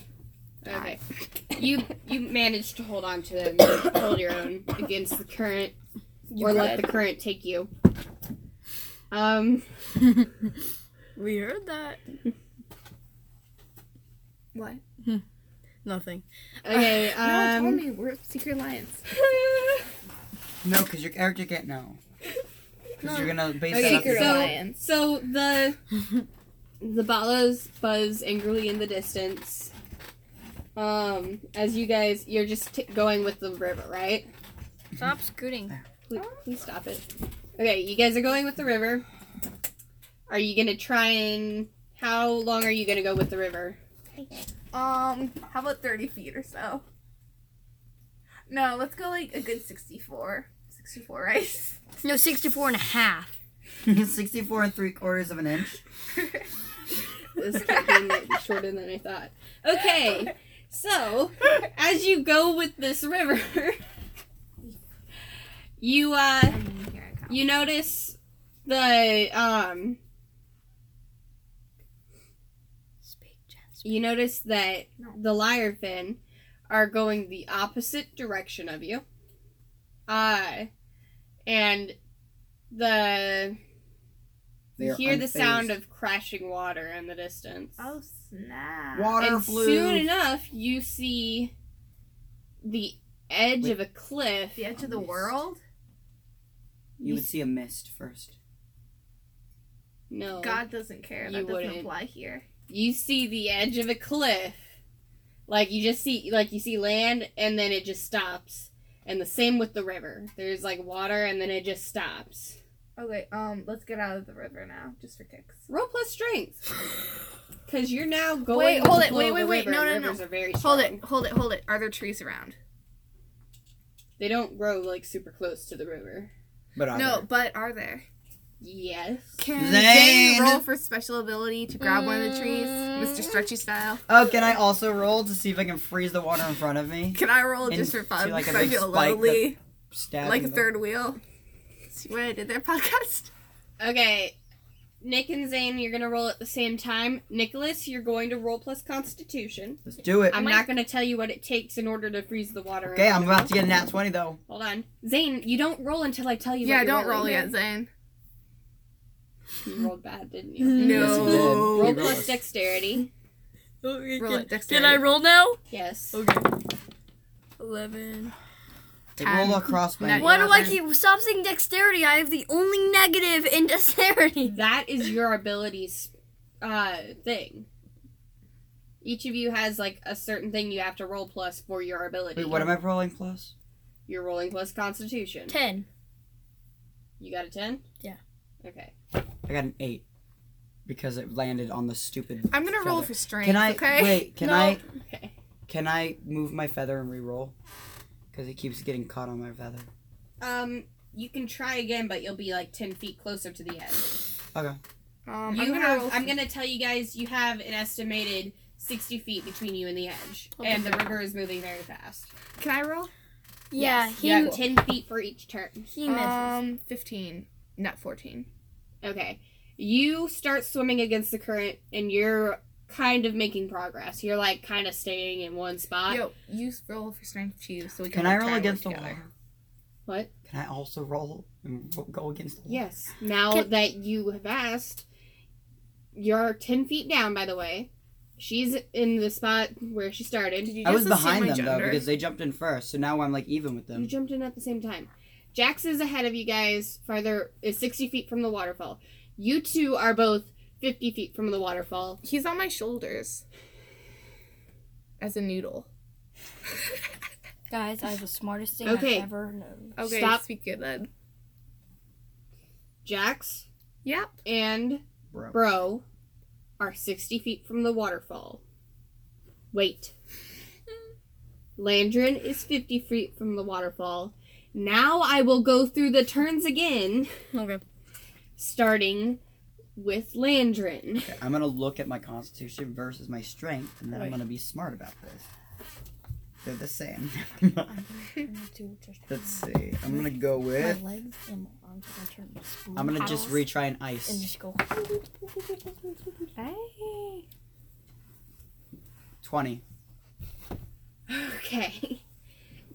to.
Nine.
Okay. you you managed to hold on to them, You hold your own against the current, or let the current take you. Um.
we heard that.
What?
Nothing.
Okay.
no, tell
Um.
me we're secret alliance.
No, because your character can't know. Because you're gonna base
Okay,
that
Secret
so-
off
alliance.
So the the balas buzz angrily in the distance. Um, as you guys, you're just t- going with the river, right?
Stop scooting.
Uh-huh.
Please, please stop it. Okay, you guys are going with the river. Are you gonna try and? How long are you gonna go with the river?
Um, how about thirty feet or so? No, let's go like a good sixty-four. Sixty-four, right?
No, 64 and a half.
the- Sixty-four and three quarters of an inch.
This campaign might be shorter than I thought. Okay, so as you go with this river, you uh,
Here I come.
you notice the um
Speak, Jen.
you notice that the lionfin are going the opposite direction of you uh and the
They
you
are
hear the sound
unfazed.
of crashing water in the distance
Oh snap!
water
and
flew.
soon enough you see the edge
Wait.
of a cliff
The edge of the world.
you would see a mist first.
no
God doesn't care. That
You
doesn't
wouldn't.
apply here.
you see the edge of a cliff like you just see like you see land and then it just stops and the same with the river there's like water and then it just stops
Okay, um, let's get out of the river now, just for kicks.
roll plus strength because you're now going
Wait,
with
hold
the
it,
flow
wait,
of
wait,
the
wait,
river,
no,
and
no, no.
rivers are very
Hold
strong.
it, hold it, hold it. Are there trees around?
they don't grow like super close to the river
But I
No, but are there?
yes
Can
Zane!
Zane roll for special ability to grab one of the trees, Mr. Stretchy style?
Oh, can I also roll to see if I can freeze the water in front of me?
Can I roll
And
just for fun?
see, like, a
because I
big
feel
spike that-
lonely,
Stab
like a
in the-
third wheel. See what I did there, podcast?
okay Nick and Zane, you're gonna roll at the same time. Nicholas, you're going to roll plus Constitution.
Let's do it.
I'm not gonna tell you what it takes in order to freeze the water.
Okay,
out.
I'm about to get a nat 20 though.
Hold on, Zane. You don't roll until I tell you.
yeah,
what
don't
you're rolling.
roll yet, Zane.
You rolled bad, didn't
Mm-hmm.
you?
Yes, you did.
No.
You
roll
rolled
plus
it.
dexterity.
Okay,
Roll it,
can, can
dexterity.
I roll now?
Yes.
Okay. Eleven.
It rolled
Ten.
across my.
Nat-
Why do I
Eleven.
keep stop saying dexterity? I have the only negative in dexterity.
That is your abilities uh, thing. Each of you has like a certain thing you have to roll plus for your ability.
Wait, what am I rolling plus?
You're rolling plus Constitution.
Ten.
You got a ten.
Yeah.
Okay.
I got an 8. Because it landed on the stupid.
I'm gonna roll
feather.
for strength.
Can I.
Okay.
Wait, can
No.
I.
Okay.
Can I move my feather and re-roll? Because it keeps getting caught on my feather.
Um, you can try again, but you'll be like ten feet closer to the edge.
Um, I'm
You
gonna roll
have.
for-
I'm gonna tell you guys. You have an estimated sixty feet between you and the edge, and the river is moving very fast.
Can I roll?
Yeah,
Yes,
he
you have ten feet for each turn.
he misses.
Um, fifteen, not fourteen.
Okay. You start swimming against the current, and you're kind of making progress. You're like kind of staying in one spot.
Yo, you roll for strength too, so we can.
Can I
all
roll
try and work
against the
together.
water?
What?
Can I also roll and ro- go against the wall?
Yes. Now
Can-
that you have asked, you're ten feet down. By the way, she's in the spot where she started.
Did you
I
just
was
assume
behind
my
them though
gender?
because they jumped in first, so now I'm like even with
You
them.
jumped in at the same time. Jax is ahead of you guys, farther is sixty feet from the waterfall. You two are both fifty feet from the waterfall.
He's on my shoulders. As a noodle.
Guys, I have the smartest thing
Okay.
I've ever known.
Okay,
Stop.
speak good then.
Jax
Yep.
and
Bro.
Bro are sixty feet from the waterfall. Wait. Landrin is fifty feet from the waterfall. Now I will go through the turns again,
Okay.
starting with Landrin.
Okay, I'm gonna look at my constitution versus my strength, and then I'm
Wait.
gonna be smart about this. They're the same. Let's see. I'm gonna go
my
with.
legs and my arms as I turn my spoon
I'm gonna just
paddles
retry an
and
ice.
just go.
Twenty.
Okay.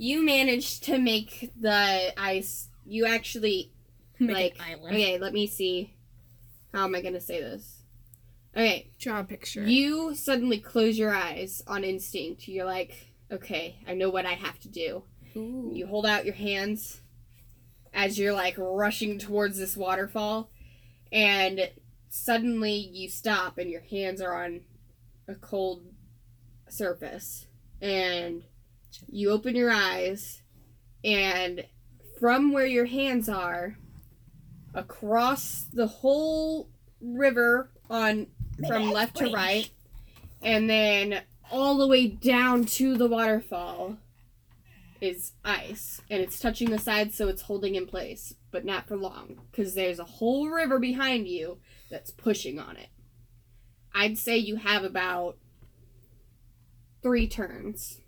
You managed to make the ice. You actually like. Okay, let me see. How am I gonna say this? Okay,
Draw a picture.
you suddenly close your eyes on instinct. You're like, okay, I know what I have to do. You hold out your hands as you're like rushing towards this waterfall, and suddenly you stop and your hands are on a cold surface. And you open your eyes, and from where your hands are, across the whole river on from left to right, and then all the way down to the waterfall is ice, and it's touching the sides, so it's holding in place, but not for long, because there's a whole river behind you that's pushing on it. I'd say you have about three turns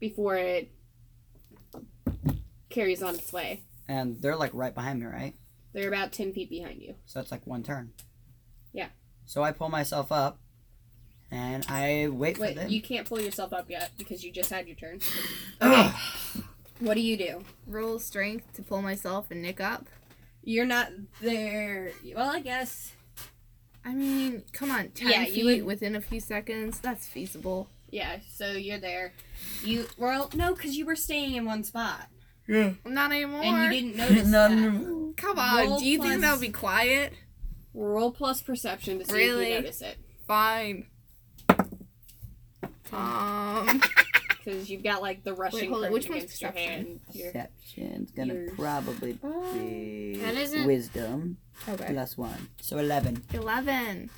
before it carries on its way.
And they're like right behind me, right?
They're about 10 feet behind you.
So that's like one turn.
Yeah.
So I pull myself up, and I wait, for
Wait,
them.
you can't pull yourself up yet because you just had your turn.
Ugh.
What do you do?
roll strength to pull myself and Nick up.
You're not there. Well, I guess.
I mean, come on, ten
Yeah, you
feet
would-
within a few seconds. That's feasible.
Yeah, so you're there. You well, no, because you were staying in one spot
Not anymore.
and you didn't notice
Not
that.
anymore.
Come on.
Roll
do you
plus-
think that'll be quiet?
Roll plus perception to see if
Really?
you notice it,
Fine. Um.
because you've got like the rushing
hold on,
current
which one's
against your hand.
perception?
Your-
Perception's gonna
Yours.
probably be
That isn't-
wisdom
okay.
plus one, so eleven.
Eleven.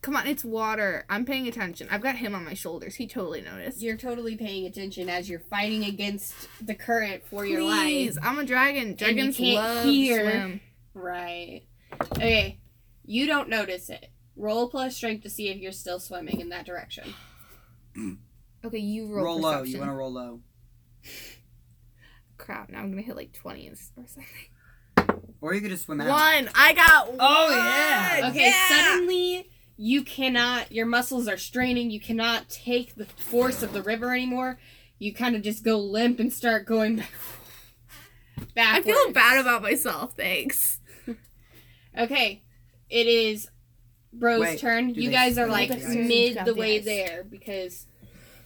Come on, it's water. I'm paying attention. I've got him on my shoulders. He totally noticed.
You're totally paying attention as you're fighting against the current for your life.
Please, I'm a dragon. Dragons
can't
love
hear.
to swim.
Right. Okay. You don't notice it. Roll plus strength to see if you're still swimming in that direction.
Uh, Okay, you roll,
Roll, low.
perception.
You wanna roll low.
Crap, now I'm gonna hit like 20 or something.
Or you could just swim out.
One. I got one.
Oh, yeah.
Okay,
Yeah.
suddenly you cannot, your muscles are straining. You cannot take the force of the river anymore. You kind of just go limp and start going back.
I
backwards.
feel bad about myself. Thanks.
Okay, it is Bro's
Wait,
turn.
do
You
they
guys are
split
like
the ice?
mid
Got
the
the
way
ice.
there because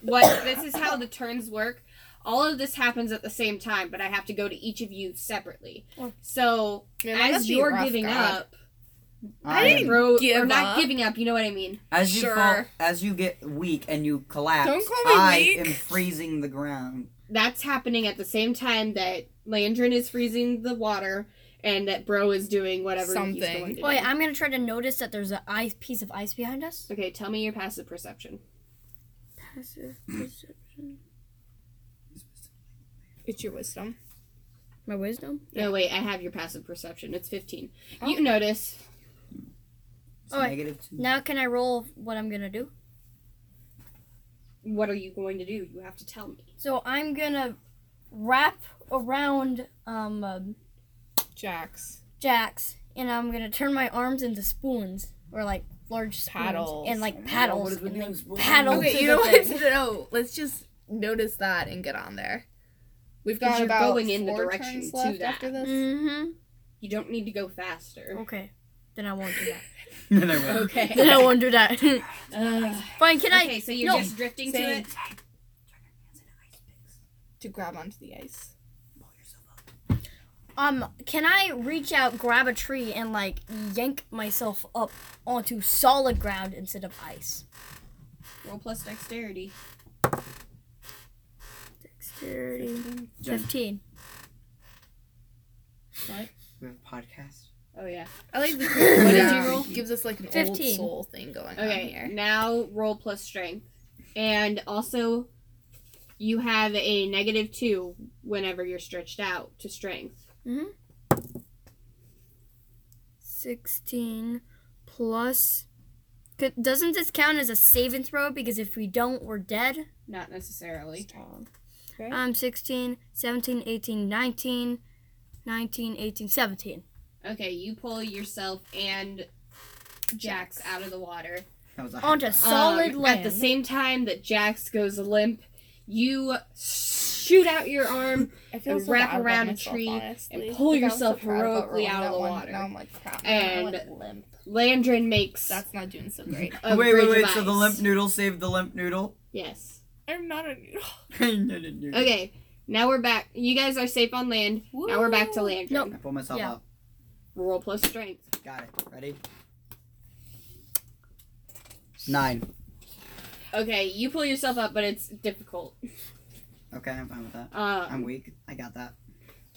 what this is how the turns work. All of this happens at the same time, but I have to go to each of you separately.
Oh.
So as you're giving up,
I
am-
didn't-
Bro,
give
or not
up.
giving up. You know what I mean.
As you
Sure.
fall, as you get weak and you collapse,
Don't call me
I
weak.
am freezing the ground.
that's happening at the same time that Landrin is freezing the water and that Bro is doing whatever he's
Something.
going to
Wait,
do.
I'm gonna try to notice that there's a ice piece of ice behind us.
Okay, tell me your passive perception.
It's your wisdom.
My wisdom.
No, wait, I have your passive perception. It's 15.
Oh.
You notice.
It's
Alright.
negative two.
Now can I roll what I'm gonna do?
What are you going to do? You have to tell me.
So I'm gonna wrap around um, um
Jax.
Jax, and I'm gonna turn my arms into spoons or like large spoons
Paddles.
and like paddles
is with
and, like,
those spoons?
paddle
Okay,
to
you
the
know
thing.
what? No, let's just notice that and get on there. We've
'Cause
got
you're
about
going in the
four
direction
turns
to
left
that.
after this.
Mm-hmm.
You don't need to go faster.
Okay. Then I won't do that.
No, there
Oh.
was.
then I
Okay.
won't do that.
Ugh.
Fine, can
okay,
I?
so you're
no.
just drifting to
Same.
it?
To grab onto the ice.
Um, can I reach out, grab a tree, and like yank myself up onto solid ground instead of ice?
Roll plus dexterity.
Dexterity.
Jen,
Fifteen.
we have a podcast.
Oh, yeah.
I like the what did
Yeah.
you roll? Gives us like an old
15.
soul thing going on
Okay,
here.
Um, now roll plus strength. And also, you have a negative two whenever you're stretched out to strength.
Sixteen plus. Could, doesn't this count as a save and throw? Because if we don't, we're dead.
Not necessarily.
Um, 16, 17, 18, 19, 19, 18, 17.
Okay, you pull yourself and Jax out of the water.
That was a
Onto solid
Um,
land.
At the same time that Jax goes limp, you shoot out your arm
I
and
so
wrap
bad about
around a
myself,
tree
honestly.
and pull
Like, I was
yourself
proud about
heroically
rolling
out of
that
the
one.
water.
Now I'm like, crap.
And-
And limp.
Landrin makes
That's not doing so great.
a
wait, wait,
bridge
wait.
of
So the
ice.
limp noodle saved the limp noodle.
Yes.
I'm not a noodle.
okay.
Okay, now we're back. You guys are safe on land. Now we're back to
Woo.
Landrin.
Nope.
I pulled myself
Yeah.
up.
Roll plus strength.
Got it. Ready? Nine.
Okay, you pull yourself up, but it's difficult.
Okay, I'm fine with that. I'm
Um,
weak. I got that.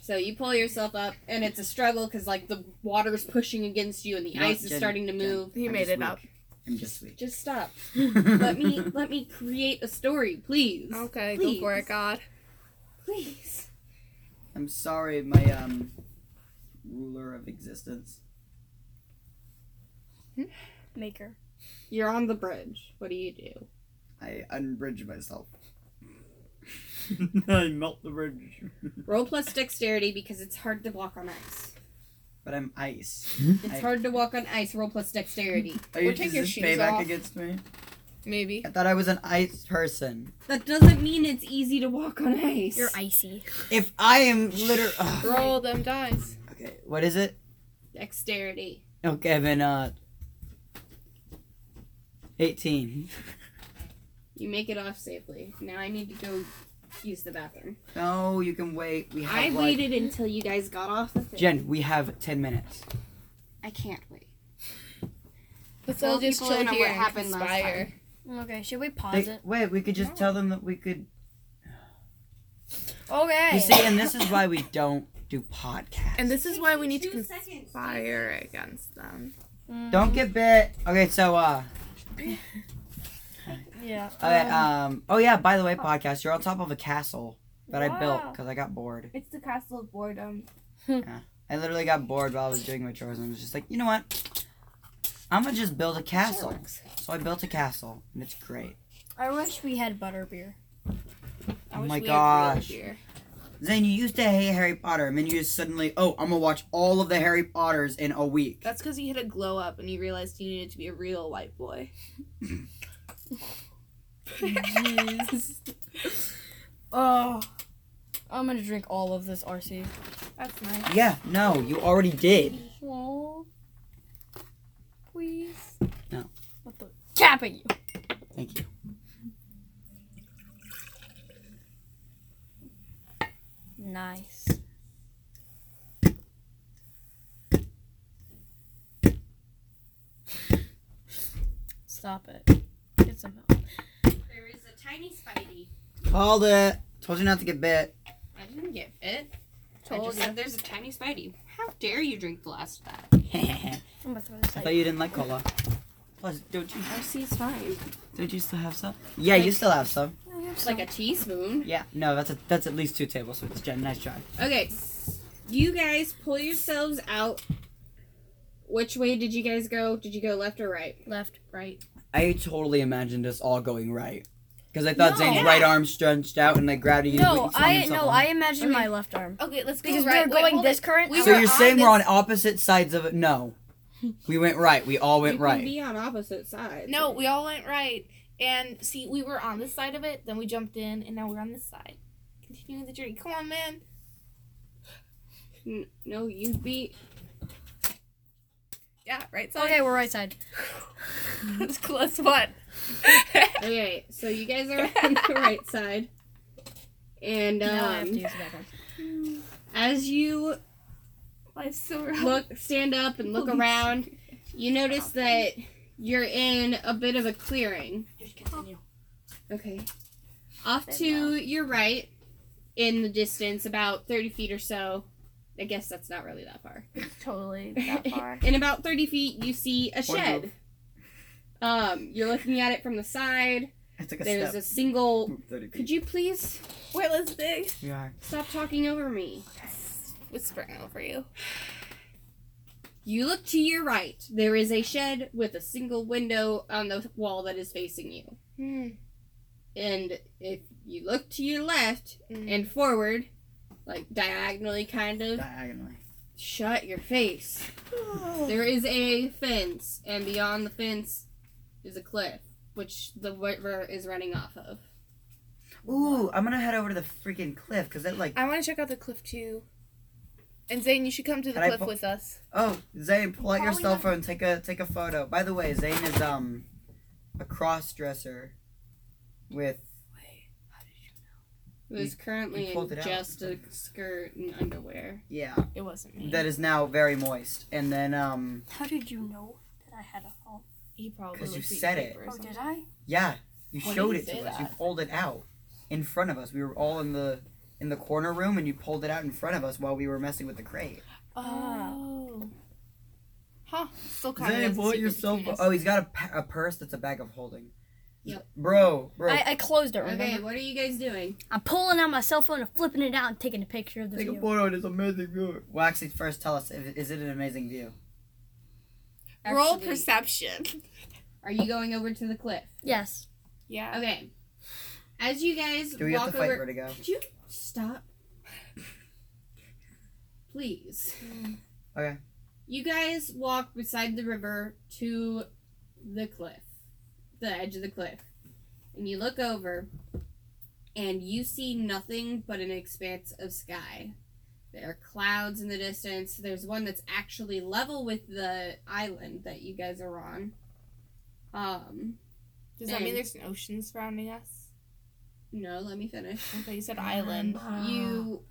so you pull yourself up, and it's a struggle because like the water's pushing against you, and the
You know what,
ice is
Jen-
starting to
Jen,
move.
He
I'm
made
just
it
weak.
up.
I'm just weak.
Just stop. Let me let me create a story, please.
Okay,
Please.
go for it, God.
Please.
I'm sorry, my um ruler of existence.
Maker.
You're on the bridge. What do you do?
I unbridge myself. I melt the bridge.
Roll plus dexterity because it's hard to walk on ice.
But I'm ice.
It's
I-
hard to walk on ice. Roll plus dexterity.
Are you
Or take
just
your
this
shoes
payback
off.
against me?
Maybe.
I thought I was an ice person.
That doesn't mean it's easy to walk on ice.
You're icy.
If I am liter Ugh.
Roll them dice.
Okay, what is it?
Dexterity.
Okay, then uh eighteen.
You make it off safely. Now I need to go use the bathroom.
No, you can wait. We have
I
like-
waited until you guys got off the thing.
Jen, we have ten minutes.
I can't wait.
Let's
Well,
all just
people
chill
don't know
here
what
and
happened last
conspire.
Okay, should we pause
They,
it?
wait, we could just tell them that we could
Okay.
You see, and this is why we don't do podcasts.
And this is why we need to conspire against them.
Mm,
don't get bit. Okay, so uh
Yeah.
Okay, um, oh yeah, by the way, podcast, you're on top of a castle that I built
Wow.
because I got bored.
It's the castle of boredom.
I literally got bored while I was doing my chores and I was just like, you know what? I'm gonna just build a castle. So I built a castle and it's great.
I wish we had butterbeer.
Oh my gosh. Zane, you used to hate Harry Potter, and then you just suddenly, oh, I'm gonna watch all of the Harry Potters in a week.
That's because he hit a glow up and he realized he needed to be a real white boy.
Jesus. oh, I'm gonna drink all of this RC.
That's nice.
Yeah, no, you already did.
Aw. Please.
No.
What the? Cap at you.
Thank you.
Nice. Stop it. Get some help.
There is a tiny Spidey.
Called it. Told you not to get bit.
I didn't get it. I
Told
just
ya.
said there's a tiny Spidey. How dare you drink the last of that?
I
I'm gonna throw this
thought
at
you didn't like cola. Plus, don't you
RC's fine.
don't you still have some? Yeah, you still have some.
Like a teaspoon.
Yeah, no, that's a, that's at least two tables. So it's Jen, nice try.
Okay. You guys pull yourselves out. Which way did you guys go? Did you go left or right?
Left.
Right.
I totally imagined us all going right, because I thought
No.
Zane's
Yeah.
right arm stretched out and like gravity.
No,
swung
I
himself
no,
on.
I imagine my left arm
Okay, let's
because
go right.
we
Wait,
are going
hold
this
it.
current.
We
out.
So
were
you're
on
saying we're on
this-
opposite sides of it? No, we went right. We all
you
went
can be
right.
on opposite sides.
No, we all went right. And see, we were on this side of it, then we jumped in, and now we're on this side. Continuing the journey. Come on, man.
N- No, you'd be.
Yeah, right side.
Okay, we're right side.
That's close one.
Okay, so you guys are on the right side. And
now I have to
um,
use the back arm.
as you
Life's so rough.
look, stand up and look around, you notice that you're in a bit of a clearing.
Just continue.
Okay. Off to your right, in the distance, about 30 feet or so. I guess that's not really that far.
totally that far.
In about 30 feet, you see a shed. Um, you're looking at it from the side.
I took a
There's a
step.
single.
Thirty
Could you please
We're listening.
We are.
stop talking over me?
Whispering over you.
You look to your right. There is a shed with a single window on the wall that is facing you.
Hmm.
And if you look to your left and forward, like diagonally kind of,
Diagonally.
shut your face. There is a fence, and beyond the fence is a cliff, which the river is running off of.
Ooh, I'm gonna head over to the freaking cliff because that like.
I want to check out the cliff too. And Zane, you should come to the
Can I
cliff
po-
with us.
Oh, Zane, pull out your
Probably
cell
not-
phone. Take a take a photo. By the way, Zane is um a cross dresser with
It was currently
you
in
pulled it out.
just a skirt and underwear.
yeah
It wasn't me.
that is now very moist. And then um
How did you know that I had a fall?
he probably
'Cause you
looked at your
said it.
paper or something.
I?
yeah, you
Why
showed it
did you
to
say
us. You
that?
pulled it out in front of us. We were all in the in the corner room, and you pulled it out in front of us while we were messing with the crate.
Oh. Huh. Still kind
Zane,
of.
pull out your cell phone. Oh, he's got a, pa- a purse that's a bag of holding.
Yep.
Bro, bro,
I, I closed it. Remember?
Okay, what are you guys doing?
I'm pulling out my cell phone and flipping it out and taking a picture of the
take a
view.
photo of this amazing view. Well, actually, first tell us, if- is it an amazing view?
Roll
Actually,
perception.
Are you going over to the cliff?
Yes.
Yeah.
Okay. As you guys
Do we
walk
have to fight
over,
vertigo?
Could you stop? Please.
Okay.
You guys walk beside the river to the cliff, the edge of the cliff. And you look over, and you see nothing but an expanse of sky. There are clouds in the distance. There's one that's actually level with the island that you guys are on. Um,
Does that mean
And-
there's an ocean surrounding us?
no, let me finish.
Okay, you said
Um,
island.
you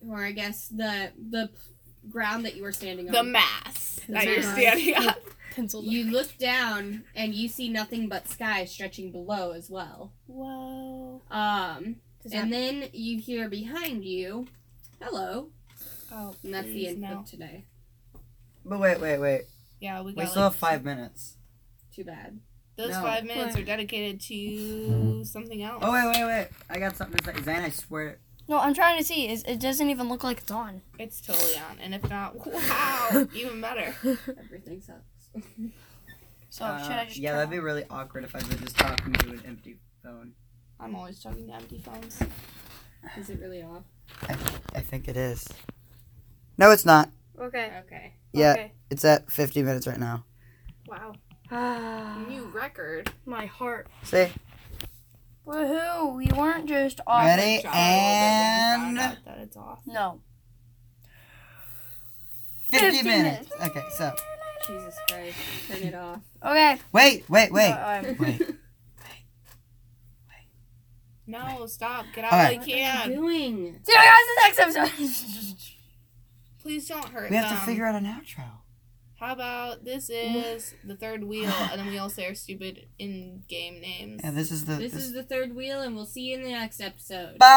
or i guess the the p- ground that you were standing
The
on
mass
The
that you're
mass.
standing on.
Pencil.
you look down and you see nothing but sky stretching below as well
Whoa.
um
Does that-
and then you hear behind you hello
Oh,
and that's the
please,
end
no.
of today
But wait, wait, wait.
Yeah, we got.
We still
like,
have five minutes.
too bad
Those
No.
five minutes
What?
are dedicated to something else.
Oh wait, wait, wait! I got something to say, Zane. I swear.
No, I'm trying to see. Is it doesn't even look like it's on.
It's totally on. And if not, wow, even better.
everything sucks
So
uh,
should I just?
yeah,
turn
that'd be
off?
really awkward if I was just talking to an empty phone.
I'm always talking to empty phones.
is it really off
I think it is. No, it's not.
Okay.
Okay.
Yeah,
Okay.
it's at 50 minutes right now.
Wow.
Ah,
New record.
my heart.
See?
Woohoo! We weren't just off.
Ready?
Good job, everyone found
and-
out that it's off.
No.
50,
50
minutes. Okay, so.
Jesus Christ. Turn it off.
Okay.
Wait, wait, wait.
No, I'm-
wait.
No, stop. Get out
All
while
right.
you
What am I
can.
doing?
See you guys in the next episode.
Please don't hurt
We have to
Um,
them.
figure out an outro.
How about this is the third wheel, and then we all say our stupid in-game names.
Yeah, this is the.
This is the third wheel, and we'll see you in the next episode.
Bye.